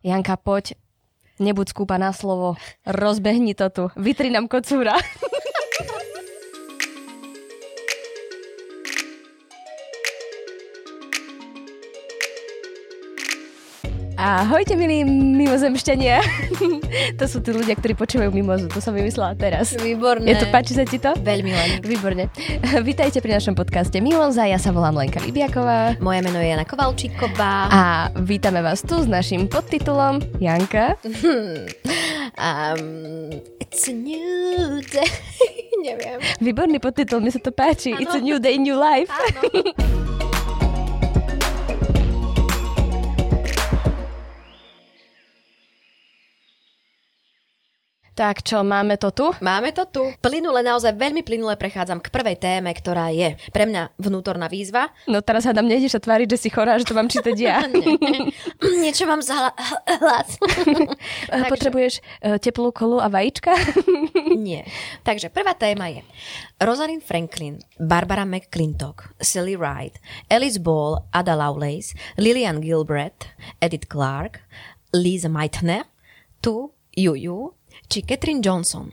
Janka, poď, nebuď skúpa na slovo, rozbehni to tu, vytri nám kocúra. Ahojte, milí mimozemšťania. to sú tí ľudia, ktorí počúvajú mimozu. To som vymyslela teraz. Výborné. Je to, páči sa ti to? Veľmi len. Výborne. Vítajte pri našom podcaste Mimoza. Ja sa volám Lenka Libiaková. Moje meno je Jana Kovalčíková. A vítame vás tu s našim podtitulom Janka. Um, it's a new day. Neviem. Výborný podtitul, mi sa to páči. Ano. It's a new day, new life. Tak čo, máme to tu? Máme to tu. Plynule, naozaj veľmi plynule prechádzam k prvej téme, ktorá je pre mňa vnútorná výzva. No teraz hádam, nejdeš sa tváriť, že si chorá, že to mám čítať ja. Eh, Niečo mám za hla- hlas. Takže- Potrebuješ e, teplú kolu a vajíčka? Nie. Takže prvá téma je Rosalind Franklin, Barbara McClintock, Sally Ride, Alice Ball, Ada Lovelace, Lillian Gilbert, Edith Clark, Lisa Meitner, tu Juju či Catherine Johnson.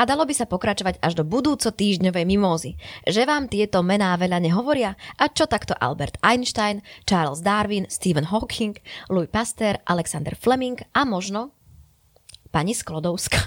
A dalo by sa pokračovať až do budúco týždňovej mimózy, že vám tieto mená veľa nehovoria a čo takto Albert Einstein, Charles Darwin, Stephen Hawking, Louis Pasteur, Alexander Fleming a možno pani Sklodovská.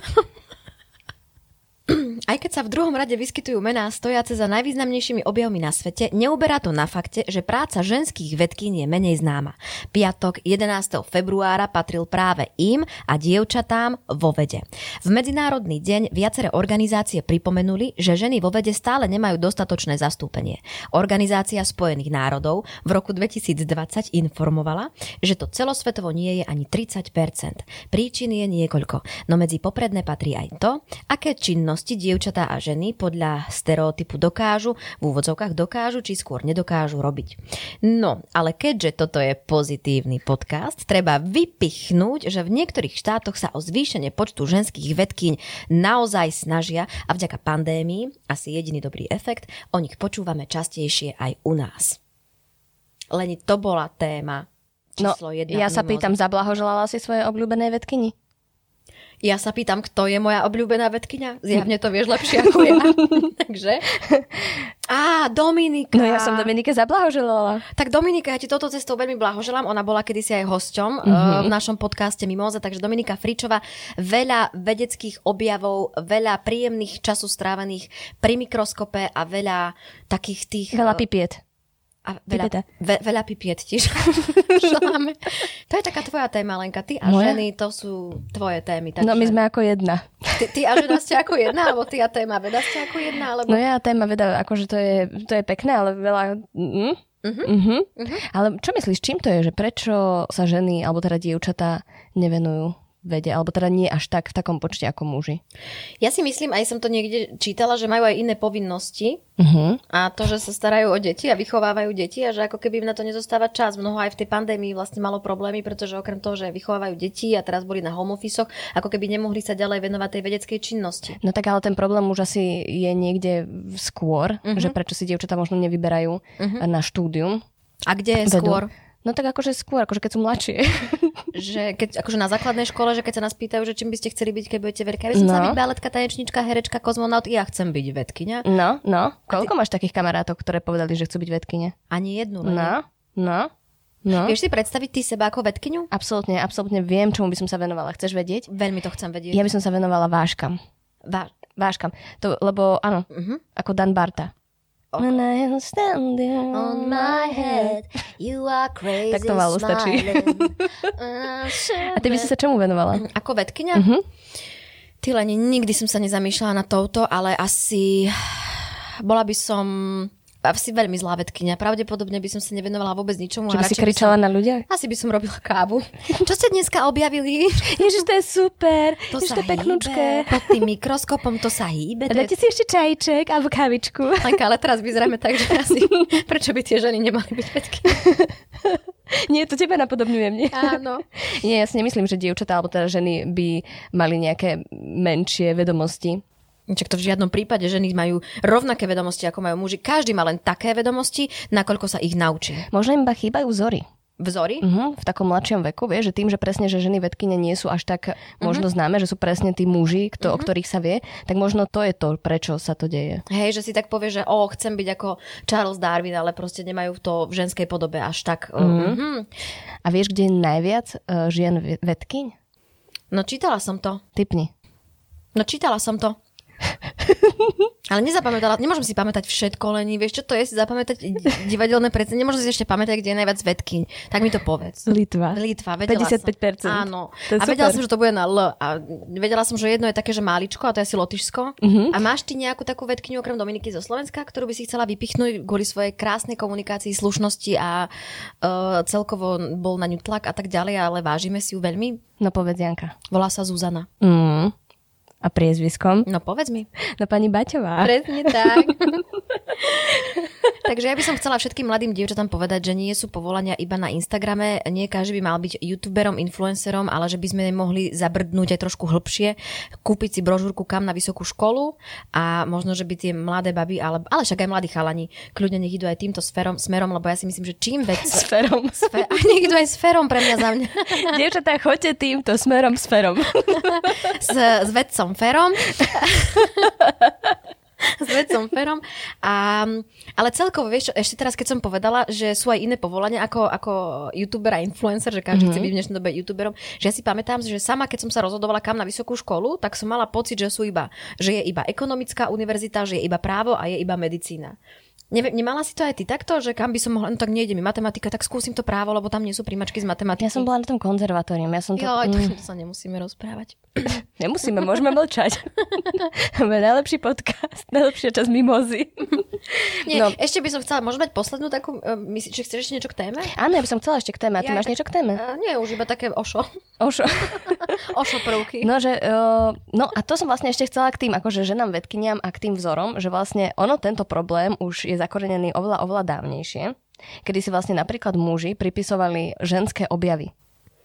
Aj keď sa v druhom rade vyskytujú mená stojace za najvýznamnejšími objavmi na svete, neuberá to na fakte, že práca ženských vedkýň je menej známa. Piatok 11. februára patril práve im a dievčatám vo vede. V Medzinárodný deň viaceré organizácie pripomenuli, že ženy vo vede stále nemajú dostatočné zastúpenie. Organizácia Spojených národov v roku 2020 informovala, že to celosvetovo nie je ani 30%. Príčin je niekoľko, no medzi popredné patrí aj to, aké činnosti dievčatá a ženy podľa stereotypu dokážu, v úvodzovkách dokážu, či skôr nedokážu robiť. No, ale keďže toto je pozitívny podcast, treba vypichnúť, že v niektorých štátoch sa o zvýšenie počtu ženských vedkyň naozaj snažia a vďaka pandémii, asi jediný dobrý efekt, o nich počúvame častejšie aj u nás. Leni, to bola téma číslo jedna. No, ja sa mimoza. pýtam, zablahoželala si svoje obľúbené vedkyni? Ja sa pýtam, kto je moja obľúbená vedkynia? Zjavne to vieš lepšie ako ja. Takže... Á, Dominika. No ja som Dominike zablahoželala. Tak Dominika, ja ti touto cestou veľmi blahoželám. Ona bola kedysi aj hosťom mm-hmm. v Mhm. našom podcaste Mimoza, takže Dominika Fričová, veľa vedeckých objavov, veľa príjemných času strávených pri mikroskope a veľa takých tých... eh, Veľa pipiet. a veľa, pipeta. ve, veľa pipiet tiež. Želáme. to je taká tvoja téma, Lenka. Ty a Moja? ženy, to sú tvoje témy. Takže... No my sme ako jedna. Ty, ty a žena ste ako jedna, alebo ty a téma veda ste ako jedna, alebo... No ja téma veda, akože to je, to je pekné, ale veľa... Mm, uh-huh. Uh-huh. Uh-huh. Ale čo myslíš, čím to je, že prečo sa ženy, alebo teda dievčatá nevenujú vede, alebo teda nie až tak v takom počte ako muži? Ja si myslím, aj som to niekde čítala, že majú aj iné povinnosti Uh-huh. a to, že sa starajú o deti a vychovávajú deti a že ako keby im na to nezostáva čas. Mnoho aj v tej pandémii vlastne malo problémy, pretože okrem toho, že vychovávajú deti a teraz boli na home office, ako keby nemohli sa ďalej venovať tej vedeckej činnosti. No tak ale ten problém už asi je niekde skôr, uh-huh. Mhm. že prečo si dievčatá možno nevyberajú uh-huh. na štúdium. A kde je Vedú. Mhm. skôr? No tak akože skôr, akože keď sú mladšie. Že keď, akože na základnej škole, že keď sa nás pýtajú, že čím by ste chceli byť, keď budete veľká. Ja by som No. no. byť baletka, tanečnička, herečka, kozmonaut, ja chcem byť vedkynia. No, no. Koľko máš takých kamarátov, ktoré povedali, že chcú byť vedkyne? Ani jednu. Lenka. No, no, no. Vieš si predstaviť ty seba ako vedkyňu? Absolútne, absolútne viem, čomu by som sa venovala. Chceš vedieť? Veľmi to chcem vedieť. Ja by som sa venovala váškam. Vá... Váškam. To, lebo áno, uh-huh. ako Dan Barta. Mhm. Ok. When I am standing On my head, you are crazy Tak to malo stačí. A ty by si sa čomu venovala? Ako vedkyňa? Mhm. Uh-huh. Ty len nikdy som sa nezamýšľala na touto, ale asi bola by som asi veľmi zlá vedkyňa. Pravdepodobne by som sa nevenovala vôbec ničomu. Že a by si radšej kričala som... na ľudia? Asi by som robila kávu. Čo ste dneska objavili? Ježiš, to je super. To Ježiš, sa to je peknúčke. hýbe. Pod tým mikroskopom to sa hýbe. to je Dáte si ešte čajček alebo kavičku. Lenka, ale teraz vyzeráme tak, že asi prečo by tie ženy nemali byť vedky? Nie, to tebe napodobňujem, nie? Áno. Nie, ja si nemyslím, že dievčatá alebo teda ženy by mali nejaké menšie vedomosti. Čak to v žiadnom prípade ženy majú rovnaké vedomosti, ako majú muži. Každý má len také vedomosti, nakoľko sa ich naučí. Možno im iba chýbajú vzory. vzory. Uh-huh, v takom mladšom veku, vieš, že tým, že presne, že ženy vedkine nie sú až tak možno Mhm. uh-huh. známe, že sú presne tí muži, kto, uh-huh. o ktorých sa vie, tak možno to je to, prečo sa to deje. Hej, že si tak povie, že o, chcem byť ako Charles Darwin, ale proste nemajú to v ženskej podobe až tak. Uh-huh. Uh-huh. A vieš, kde je najviac uh, žien ve- vedkyň? No čítala som to. Typni. No čítala som to. Ale nezapamätala, nemôžem si pamätať všetko, lení, vieš čo to je si zapamätať divadelné predstavenie, nemôžem si ešte pamätať, kde je najviac vedkyň. Tak mi to povedz. Litva. Litva, vedela 55%. som. Áno. To je A vedela super. som, že to bude na L. A vedela som, že jedno je také, že máličko, a to je asi Lotyšsko. Mhm. A máš ty nejakú takú vedkyňu okrem Dominiky zo Slovenska, ktorú by si chcela vypichnúť kvôli svojej krásnej komunikácii, slušnosti a uh, celkovo bol na ňu tlak a tak ďalej, ale vážime si ju veľmi. No povedz Janka. Volá sa Zuzana. Mm. A priezviskom? No povedz mi. No pani Baťová. Presne tak. Takže ja by som chcela všetkým mladým dievčatám povedať, že nie sú povolania iba na Instagrame, nie každý by mal byť youtuberom, influencerom, ale že by sme mohli zabrdnúť aj trošku hlbšie, kúpiť si brožúrku kam na vysokú školu a možno, že by tie mladé baby, ale, ale však aj mladí chalani, kľudne nech idú aj týmto sférom, smerom, lebo ja si myslím, že čím vec... Sférom. Sfé- a nech idú aj sférom pre mňa za mňa. Dievčatá, choďte týmto smerom, smerom. s, s vedcom Ferom. s vedcom Ferom. A, ale celkovo, vieš, čo, ešte teraz, keď som povedala, že sú aj iné povolania ako, ako youtuber a influencer, že každý mm-hmm. Mhm. chce byť v dnešnej dobe youtuberom, že ja si pamätám, že sama, keď som sa rozhodovala kam na vysokú školu, tak som mala pocit, že sú iba, že je iba ekonomická univerzita, že je iba právo a je iba medicína. Neviem, nemala si to aj ty takto, že kam by som mohla, no tak nejde mi matematika, tak skúsim to právo, lebo tam nie sú príjmačky z Ja matematiky. som bola na tom konzervatórium, ja som to... Jo, Mm, to, to sa nemusíme rozprávať. Nemusíme, môžeme mlčať. Máme najlepší podcast, najlepšia časť mimozy. Nie, No. no. ešte by som chcela, môžem mať poslednú takú, e, myslíš, že chceš ešte niečo k téme? Áno, ja by som chcela ešte k téme. A ty Ja aj máš tak- niečo k téme? E, nie, už iba také ošo. Ošo. Ošo prvky. No, že, uh, no a to som vlastne ešte chcela k tým, akože ženám vedkyniam a k tým vzorom, že vlastne ono, tento problém už je zakorenený oveľa, oveľa dávnejšie, kedy si vlastne napríklad muži pripisovali ženské objavy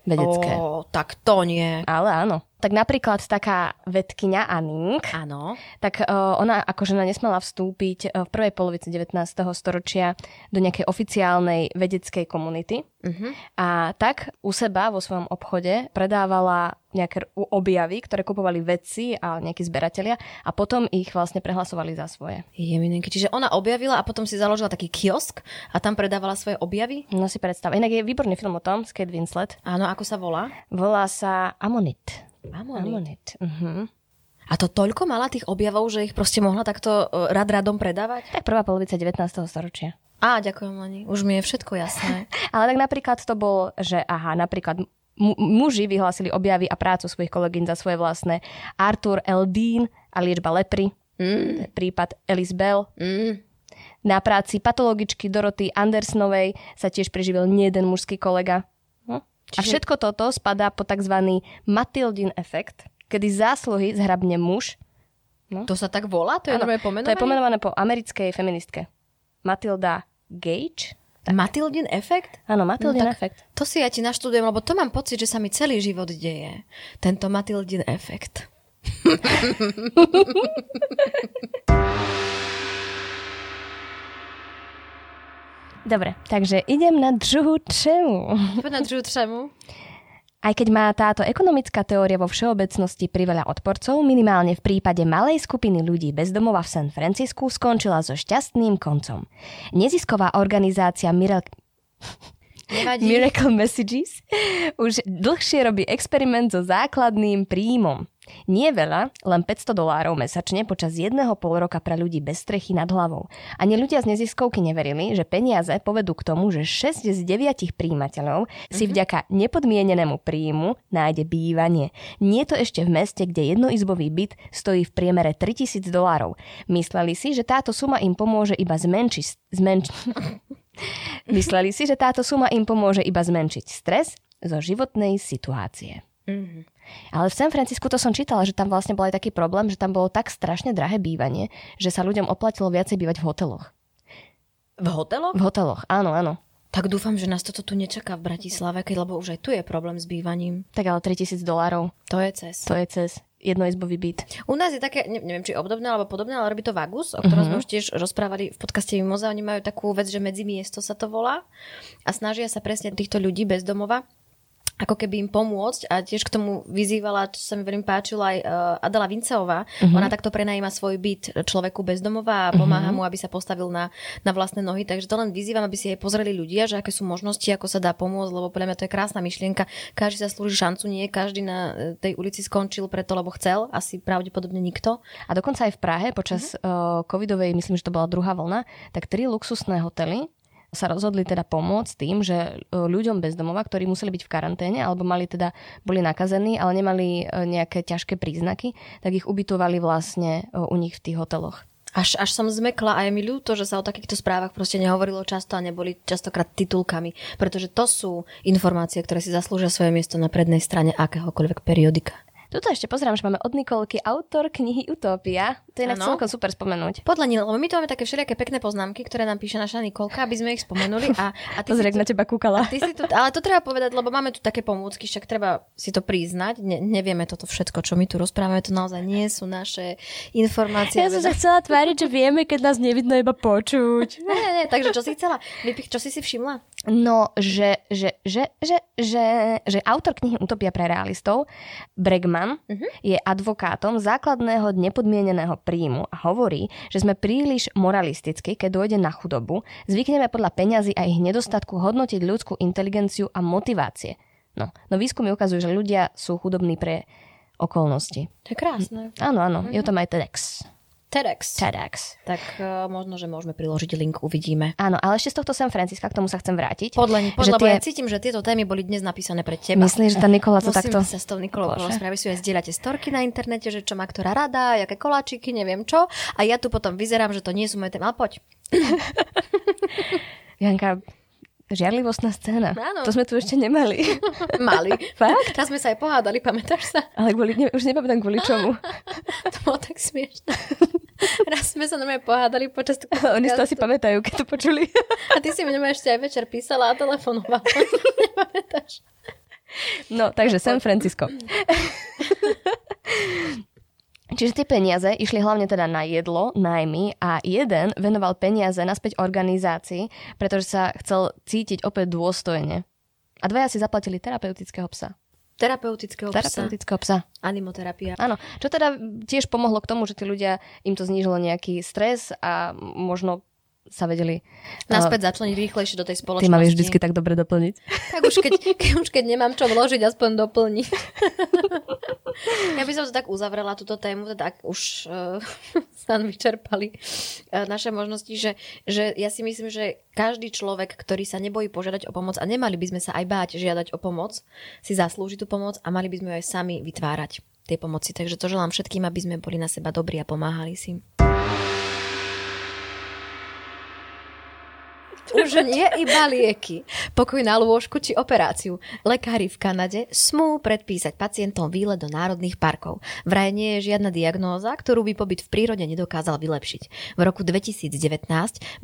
vedecké. Ó, tak to nie. Ale áno. Tak napríklad taká vedkynia Anink, Áno. tak eh, ona ako žena nesmela vstúpiť eh, v prvej polovici 19. storočia do nejakej oficiálnej vedeckej komunity. Uh-huh. A tak u seba vo svojom obchode predávala nejaké r- u- objavy, ktoré kupovali vedci a nejakí zberatelia a potom ich vlastne prehlasovali za svoje. Jeminenky. Čiže ona objavila a potom si založila taký kiosk a tam predávala svoje objavy. No si predstav. Inak je výborný film o tom, s Kate Winslet. Áno, ako sa volá? Volá sa Amonit. Amony. Amonit. Mhm. A to toľko mala tých objavov, že ich proste mohla takto e, rad radom predávať? Tak prvá polovica 19. storočia. Á, ďakujem, Lani. Už mi je všetko jasné. Ale tak napríklad to bol, že aha, napríklad mu- muži vyhlásili objavy a prácu svojich kolegyň za svoje vlastné. Arthur L. Dean a liečba lepry, Mm, prípad Alice Bell. mm. Na práci patologičky Doroty Andersnovej sa tiež preživil nie jeden mužský kolega. Hm? A Čiže- všetko toto spadá po tzv. Matildin efekt, kedy zásluhy zhrabne muž. To sa tak volá? To je Áno, normálne to je pomenovanie? pomenované po americkej feministke. Matilda Gage? Matildin efekt? Áno, Matildin No tak- efekt. To si ja ti naštudujem, lebo to mám pocit, že sa mi celý život deje. Tento Matildin efekt. Dobre, takže idem na druhú čemu. Poď na druhú tremu. Aj keď má táto ekonomická teória vo všeobecnosti priveľa odporcov, minimálne v prípade malej skupiny ľudí bez domova v San Francisku skončila so šťastným koncom. Nezisková organizácia Miracle, Nevadí. Miracle Messages už dlhšie robí experiment so základným príjmom. Nie veľa, len 500 dolárov mesačne počas jedného pol roka pre ľudí bez strechy nad hlavou. Ani ľudia z neziskovky neverili, že peniaze povedú k tomu, že 6 z 9 príjimateľov si vďaka nepodmienenému príjmu nájde bývanie. Nie to ešte v meste, kde jednoizbový byt stojí v priemere 3000 dolárov. Mysleli si, že táto suma im pomôže iba zmenšiť, zmenšiť, Mysleli si, že táto suma im pomôže iba zmenšiť stres zo životnej situácie. Mhm. Ale v San Francisku to som čítala, že tam vlastne bol aj taký problém, že tam bolo tak strašne drahé bývanie, že sa ľuďom oplatilo viacej bývať v hoteloch. V hoteloch? V hoteloch, áno, áno. Tak dúfam, že nás toto tu nečaká v Bratislave, keď lebo už aj tu je problém s bývaním. Tak ale 3000 dolárov, To je cez. to je cez. jednoizbový byt. U nás je také, ne- neviem, či obdobné alebo podobné, ale robí to Vagus, o ktorom sme už tiež rozprávali v podcaste Mimoza. Oni majú takú vec, že medzi miesto sa to volá a snažia sa presne týchto ľudí bez domova ako keby im pomôcť a tiež k tomu vyzývala, čo sa mi veľmi páčilo aj eh, Adela Vinceová. Uh-huh. Ona takto prenajíma svoj byt človeku bezdomová a pomáha uh-huh. mu, aby sa postavil na, na vlastné nohy. Takže to len vyzývam, aby si jej pozreli ľudia, že aké sú možnosti, ako sa dá pomôcť, lebo podľa mňa to je krásna myšlienka. Každý sa slúži šancu, nie každý na eh, tej ulici skončil preto, lebo chcel, asi pravdepodobne nikto. A dokonca aj v Prahe počas uh, covidovej, myslím, že to bola druhá vlna, tak tri luxusné hotely sa rozhodli teda pomôcť tým, že uh, ľuďom bez domova, ktorí museli byť v karanténe alebo mali teda, boli nakazení, ale nemali uh, nejaké ťažké príznaky, tak ich ubytovali vlastne uh, u nich v tých hoteloch. Až, až som zmekla a je mi ľúto, že sa o takýchto správach proste nehovorilo často a neboli častokrát titulkami, pretože to sú informácie, ktoré si zaslúžia svoje miesto na prednej strane akéhokoľvek periodika. Tuto ešte pozerám, že máme od Nikolky autor knihy Utopia. To je inak Áno. celkom super spomenúť. Podľa ní, lebo my tu máme také všelijaké pekné poznámky, ktoré nám píše naša Nikolka, aby sme ich spomenuli. A, a ty si Pozri, ak tu- na teba kúkala. Ty si tu, ale to treba povedať, lebo máme tu také pomôcky, však treba si to priznať. Ne, nevieme toto všetko, čo my tu rozprávame, to naozaj nie sú naše informácie. Ja som sa chcela tváriť, že vieme, keď nás nevidno iba počuť. Ne, ne, ne, takže čo si chcela? Vypich, čo si si všimla? No, že, že, že, že, že, že autor knihy Utopia pre realistov, Bregman, Mhm. uh-huh. je advokátom základného nepodmieneného príjmu a hovorí, že sme príliš moralisticky, keď dojde na chudobu, zvykneme podľa peňazí a ich nedostatku hodnotiť ľudskú inteligenciu a motivácie. No, no výskumy ukazujú, že ľudia sú chudobní pre okolnosti. To je krásne. Áno, áno, Mhm. je o tom aj TEDx. TEDx. TEDx. Tak uh, možno, že môžeme priložiť link, uvidíme. Áno, ale ešte z tohto San Francisca, k tomu sa chcem vrátiť. Podľa ní, Že podľa, lebo tie- ja cítim, že tieto témy boli dnes napísané pre teba. Myslíš, že tá Nikola to Musíme takto... sa s tou Nikolou Bože. porozprávať, vlastne, si aj zdieľate storky na internete, že čo má ktorá rada, aké koláčiky, neviem čo. A ja tu potom vyzerám, že to nie sú moje témy, ale poď. Janka, žiarlivostná scéna. Áno. To sme tu ešte nemali. Mali. Fakt? Teraz sme sa aj pohádali, pamätáš sa? Ale kvôli, ne, už nepamätám kvôli čomu. To bolo tak smiešne. Raz sme sa normálne pohádali počas toho Oni si to podcastu. asi pamätajú, keď to počuli. A ty si mi normálne ešte aj večer písala a telefonovala. Nepamätáš? No, takže San Francisco. Čiže tie peniaze išli hlavne teda na jedlo, najmy a jeden venoval peniaze naspäť organizácii, pretože sa chcel cítiť opäť dôstojne. A dvaja si zaplatili terapeutického psa. Terapeutického psa. Terapeutického psa. Animoterapia. Áno, čo teda tiež pomohlo k tomu, že tí ľudia, im to znížilo nejaký stres a možno sa vedeli... Naspäť začleniť rýchlejšie do tej Uh, ty spoločnosti. ma vieš vždycky tak dobre doplniť. Tak už keď, keď, už keď nemám čo vložiť, aspoň doplní. ja by som to tak uzavrela, túto tému, teda ak už uh, sa vyčerpali uh, naše možnosti, že, že ja si myslím, že každý človek, ktorý sa nebojí požiadať o pomoc a nemali by sme sa aj báť žiadať o pomoc, si zaslúži tú pomoc a mali by sme ju aj sami vytvárať tej pomoci. Takže to želám všetkým, aby sme boli na seba dobrí a pomáhali si. Už nie iba lieky. Pokoj na lôžku či operáciu. Lekári v Kanade smú predpísať pacientom výlet do národných parkov. Vraj nie je žiadna diagnóza, ktorú by pobyt v prírode nedokázal vylepšiť. V roku 2019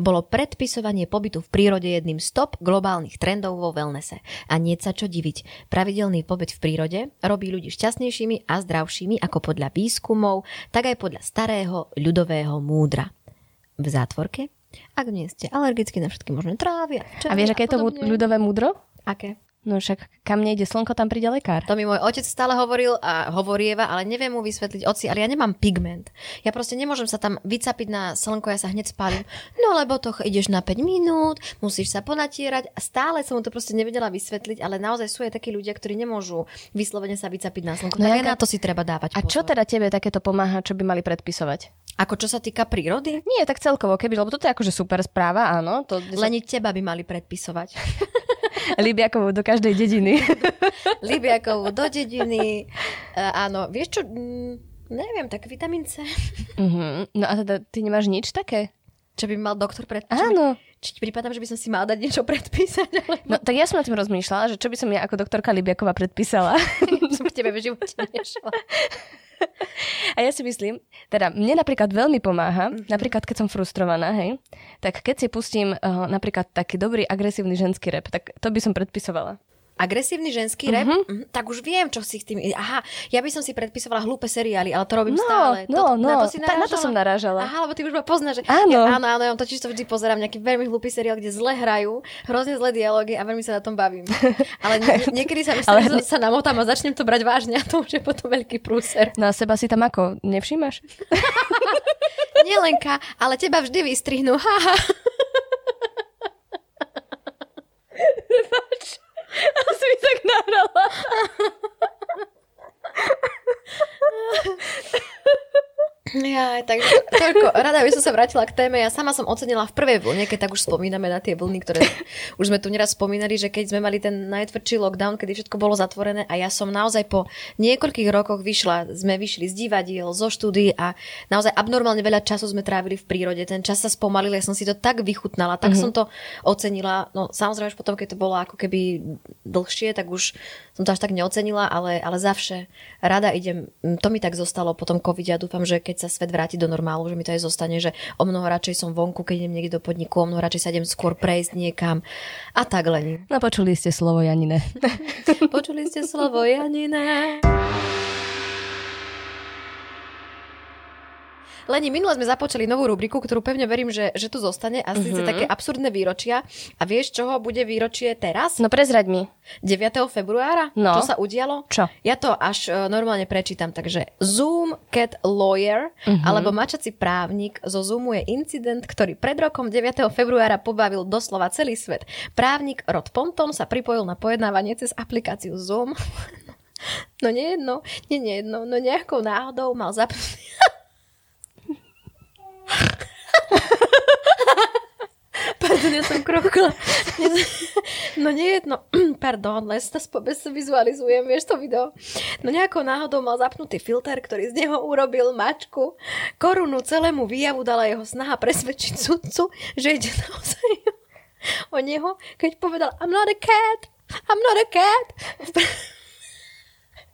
bolo predpisovanie pobytu v prírode jedným z top globálnych trendov vo wellnesse. A nie sa čo diviť. Pravidelný pobyt v prírode robí ľudí šťastnejšími a zdravšími ako podľa výskumov, tak aj podľa starého ľudového múdra v zátvorke, ak nie ste alergickí na všetky možné trávy. A vieš, aké je to mu- ľudové múdro? Aké? No však kam nejde slnko, tam príde lekár. To mi môj otec stále hovoril a hovorieva, ale neviem mu vysvetliť, oci, ale ja nemám pigment. Ja proste nemôžem sa tam vycapiť na slnko, ja sa hneď spálim. No lebo to ch- ideš na 5 minút, musíš sa ponatierať a stále som mu to proste nevedela vysvetliť, ale naozaj sú aj takí ľudia, ktorí nemôžu vyslovene sa vycapiť na slnko. No No, tak aj Janka, na to si treba dávať A čo pozor. teda tebe takéto pomáha, čo by mali predpisovať? Ako čo sa týka prírody? Nie, tak celkovo, keby, lebo toto je akože super správa, áno. To Len... Len teba by mali predpisovať. Libiakovo do každej dediny. Libiakovú do dediny. E, áno, vieš čo, mm, neviem, tak vitamín C. uh-huh. No a teda ty nemáš nič také? Čo by mal doktor predpísať? Áno. Či ti prípadám, že by som si mala dať niečo predpísať, ale No tak ja som nad tým rozmýšľala, že čo by som ja ako doktorka Libiakova predpísala. som k tebe v živote nešla. A ja si myslím, teda mne napríklad veľmi pomáha, napríklad keď som frustrovaná, hej, eh, tak keď si pustím uh, napríklad taký dobrý agresívny ženský rep, tak to by som predpisovala. agresívny ženský rap, Mhm. mm-hmm. tak už viem, čo si k tým... Aha, ja by som si predpisovala hlúpe seriály, ale to robím No, stále. no, to, no, na to, si tak na to som narážala. Aha, lebo ty už ma poznáš. Že... Áno. Ja, áno, áno, ja totiž to vždy pozerám, nejaký veľmi hlúpy seriál, kde zle hrajú, hrozne zlé dialógy a veľmi sa na tom bavím. Ale nie, niekedy sa, Ale- ale... sa namotám a začnem to brať vážne a to už je potom veľký prúser. No a seba si tam ako, nevšímaš? Nielenka, ale teba vždy vystrihnú. Ha, ha. Ja som mi tak nahrala. Jaj, takže to- toľko. Rada by som sa vrátila k téme. Ja sama som ocenila v prvej vlne, keď tak už spomíname na tie vlny, ktoré už sme tu neraz spomínali, že keď sme mali ten najtvrdší lockdown, kedy všetko bolo zatvorené a ja som naozaj po niekoľkých rokoch vyšla, sme vyšli z divadiel, zo štúdií a naozaj abnormálne veľa času sme trávili v prírode. Ten čas sa spomalil, ja som si to tak vychutnala, tak mm-hmm. som to ocenila. No samozrejme, už potom, keď to bolo ako keby dlhšie, tak už som to až tak neocenila, ale, ale zavše rada idem. Mm, To mi tak zostalo po tom covide a dúfam, že keď sa svet vráti do normálu, že mi to aj zostane, že o mnoho radšej som vonku, keď idem niekde do podniku, o mnoho radšej sa idem skôr prejsť niekam a tak len. No počuli ste slovo Janine. Počuli ste slovo Janina? Leni, minule sme započali novú rubriku, ktorú pevne verím, že, že tu zostane a síce také absurdné výročia. A vieš, čoho bude výročie teraz? No prezraď mi. 9. februára, No. čo sa udialo? Čo? Ja to až e, normálne prečítam, takže Zoom Cat Lawyer Mhm. alebo mačací právnik zo Zoomu je incident, ktorý pred rokom 9. februára pobavil doslova celý svet. Právnik Rod Ponton sa pripojil na pojednávanie cez aplikáciu Zoom. No nie jedno, nie, nie jedno, no nejakou náhodou mal zapnutý Pardon, ja som krokla. No nie jedno, pardon, len sa bez vizualizujem, vieš to video. No nejakou náhodou mal zapnutý filter, ktorý z neho urobil mačku. Korunu celému výjavu dala jeho snaha presvedčiť sudcu, že ide naozaj o neho, keď povedal I'm not a cat, I'm not a cat. V pre-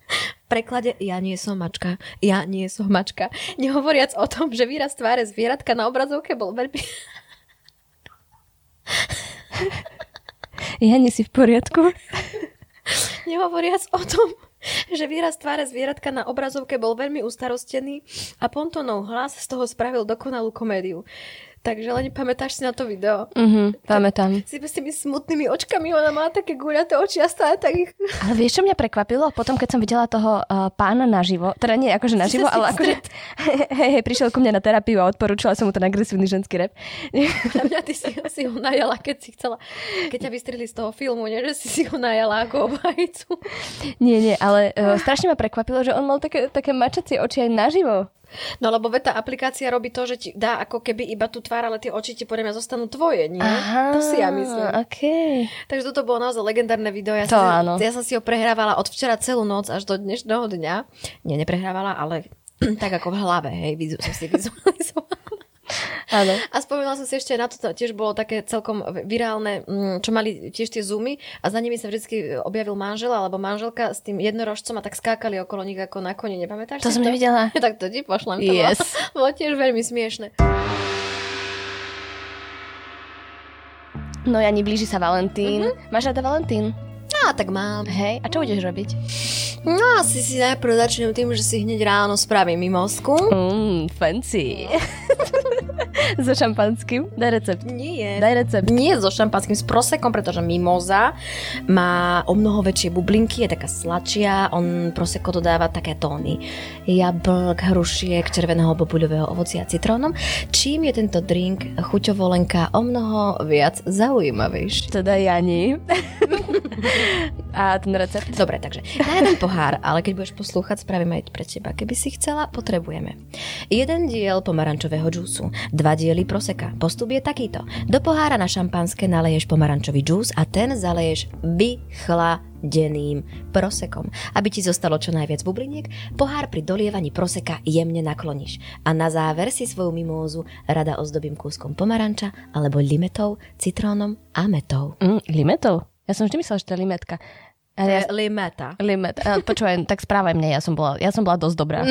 v preklade ja nie som mačka, ja nie som mačka. Nehovoriac o tom, že výraz tváre zvieratka na obrazovke bol veľmi Jani si v poriadku? Nehovoriac o tom, že výraz tváre zvieratka na obrazovke bol veľmi ustarostený a Pontonov hlas z toho spravil dokonalú komédiu. Takže len pamätáš si na to video? Mhm, pamätám. S s tými smutnými očkami, ona má také guľaté oči a stále tak ich... Ale vieš, čo mňa prekvapilo? Potom, keď som videla toho uh, pána naživo, teda nie akože naživo, sa s ním ale akože... Hej, hej, prišiel ku mne na terapiu a odporúčala som mu ten agresívny ženský rep. Na mňa ty si, si ho najala, keď si chcela... Keď ťa vystrihli z toho filmu, nie? Že si si ho najala ako obhajcu. nie, nie, ale uh, strašne ma prekvapilo, že on mal také, také mačacie oči aj naživo. No lebo ve, tá aplikácia robí to, že ti dá ako keby iba tú tvár, ale tie oči ti podľa mňa zostanú tvoje, nie? to si ja myslím. Okay. Takže toto bolo naozaj legendárne video. Ja, To som, si- áno. ja som si ho prehrávala od včera celú noc až do dnešného dňa. Nie, neprehrávala, ale tak ako v hlave, hej, vizu, som si vizualizovala. Áno. A spomínala som si ešte aj na to, to tiež bolo také celkom virálne, mm, čo mali tiež tie zoomy a za nimi sa vždy objavil manžel alebo manželka s tým jednorožcom a tak skákali okolo nich ako na koni, nepamätáš To si som nevidela. tak to ti pošlem. To Yes. bolo, bolo tiež veľmi smiešne. No Jani, blíži sa Valentín. Mm-hmm. Máš rada Valentín? Á, No, tak mám. Hej, a čo budeš robiť? No asi si najprv začnem tým, že si hneď ráno spravím mimosku. Mm, fancy. so šampanským? Daj recept. Nie. Daj recept. Nie so šampanským, s prosekom, pretože mimoza má o mnoho väčšie bublinky, je taká sladšia, on proseko dodáva také tóny jablk, hrušiek, červeného bobuľového ovocia a citrónom, čím je tento drink chuťovo lenka o mnoho viac zaujímavejší. Teda Jani. a ten recept? Dobre, takže na jeden pohár, ale keď budeš poslúchať, spravím aj pre teba. Keby si chcela, potrebujeme. Jeden diel pomarančového džúsu, dva diely proseka. Postup je takýto. Do pohára na šampanské naleješ pomarančový džús a ten zaleješ vychladeným prosekom. Aby ti zostalo čo najviac bubliniek, pohár pri dolievaní proseka jemne nakloníš. A na záver si svoju mimózu rada ozdobím kúskom pomaranča alebo limetou, citrónom a metou. Mm, limetov? Ja som vždy myslela, že to je limetka. Ale ja, Limeta. E, limet. A počúvaj, tak správaj mne, ja som bola, ja som bola dosť dobrá.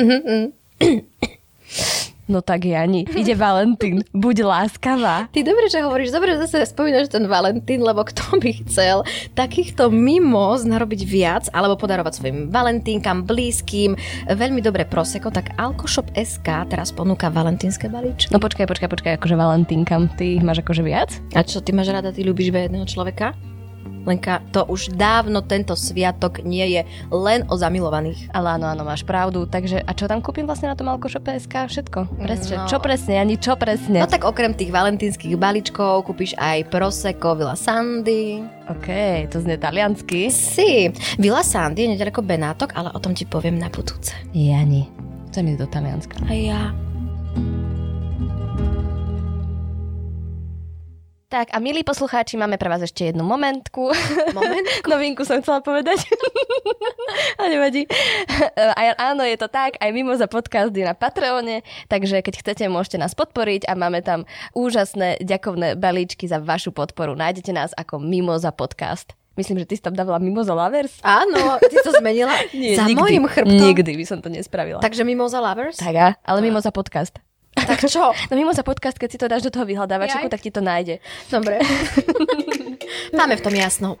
No tak Jani, ide Valentín, buď láskavá. Ty dobre, že hovoríš, dobre, že zase spomínaš ten Valentín, lebo kto by chcel takýchto mimoz narobiť viac, alebo podarovať svojim Valentínkam, blízkym, veľmi dobre proseko, tak Alkoshop.sk teraz ponúka valentínske balíčky. No počkaj, počkaj, počkaj, akože Valentínkam, ty ich máš akože viac? A čo, ty máš rada, ty ľubíš iba jedného človeka? Lenka, to už dávno tento sviatok nie je len o zamilovaných. Ale áno, áno, máš pravdu. Takže a čo tam kúpim vlastne na tom Alkošope.sk? Všetko? Presne. No. Čo presne, ani čo presne? No tak okrem tých valentínskych balíčkov kúpiš aj Prosecco, Villa Sandy. OK, to znie taliansky. Si. Villa Sandy je nedaleko Benátok, ale o tom ti poviem na budúce. Jani, chcem ísť do Talianska. A ja. Tak a milí poslucháči, máme pre vás ešte jednu momentku. Momentku? Novinku som chcela povedať. a nevadí. A, áno, je to tak, aj mimo za podcast je na Patreone, takže keď chcete, môžete nás podporiť a máme tam úžasné ďakovné balíčky za vašu podporu. Nájdete nás ako mimo za podcast. Myslím, že ty si tam dávala Mimoza Lovers. Áno, ty to zmenila Nie, za nikdy, mojim chrbtom. Nikdy by som to nespravila. Takže Mimoza Lovers? tak á, ale mimo za podcast. tak čo? No mimo za podcast, keď si to dáš do toho vyhľadávačíku, Jaj. tak ti to nájde. Dobre. Máme v tom jasno.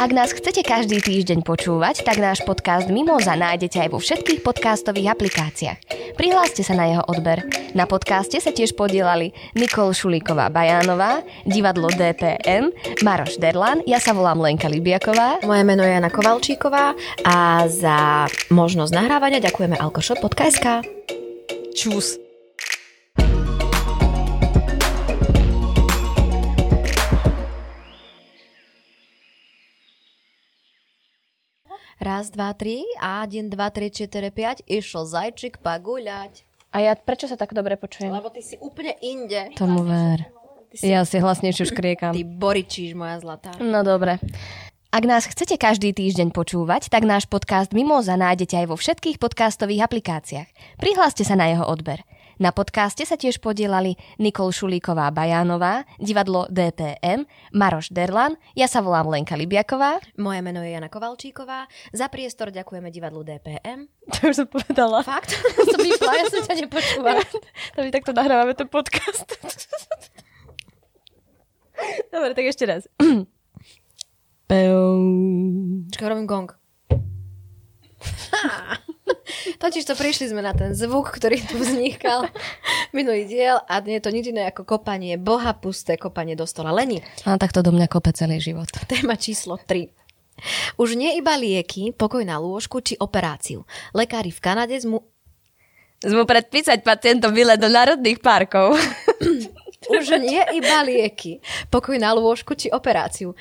Ak nás chcete každý týždeň počúvať, tak náš podcast Mimoza nájdete aj vo všetkých podcastových aplikáciách. Prihláste sa na jeho odber. Na podcaste sa tiež podielali Nikol Šulíková-Bajánová, divadlo DPM, Maroš Derlan, ja sa volám Lenka Libiaková. Moje meno je Jana Kovalčíková a za možnosť nahrávania ďakujeme alkoshop.sk. Čus. Raz, dva, tri a jeden, dva, tri, čtyri, piať. Išiel zajčik pagúľať. A ja prečo sa tak dobre počujem? Lebo ty si úplne inde. Tomu ver. Ja si hlasnejšie škriekam. Ty boričíš, moja zlatá. No dobre. Ak nás chcete každý týždeň počúvať, tak náš podcast Mimoza nájdete aj vo všetkých podcastových aplikáciách. Prihláste sa na jeho odber. Na podcaste sa tiež podielali Nikol Šulíková-Bajánová, divadlo DPM, Maroš Derlan, ja sa volám Lenka Libiaková. Moje meno je Jana Kovalčíková. Za priestor ďakujeme divadlu DPM. To už som povedala. Fakt? som vypla, ja som ťa nepočúvala. To my takto nahrávame ten podcast. Dobre, tak ešte raz. Peum. Čakaj, robím gong. Totiž to prišli sme na ten zvuk, ktorý tu vznikal minulý diel a nie je to nič iné ako kopanie boha, pusté kopanie do stola leni. A takto do mňa kope celý život. Téma číslo 3. Už nie iba lieky, pokoj na lôžku či operáciu. Lekári v Kanade mu Zmu predpísať pacientom výlet do národných parkov. už nie iba lieky, pokoj na lôžku či operáciu.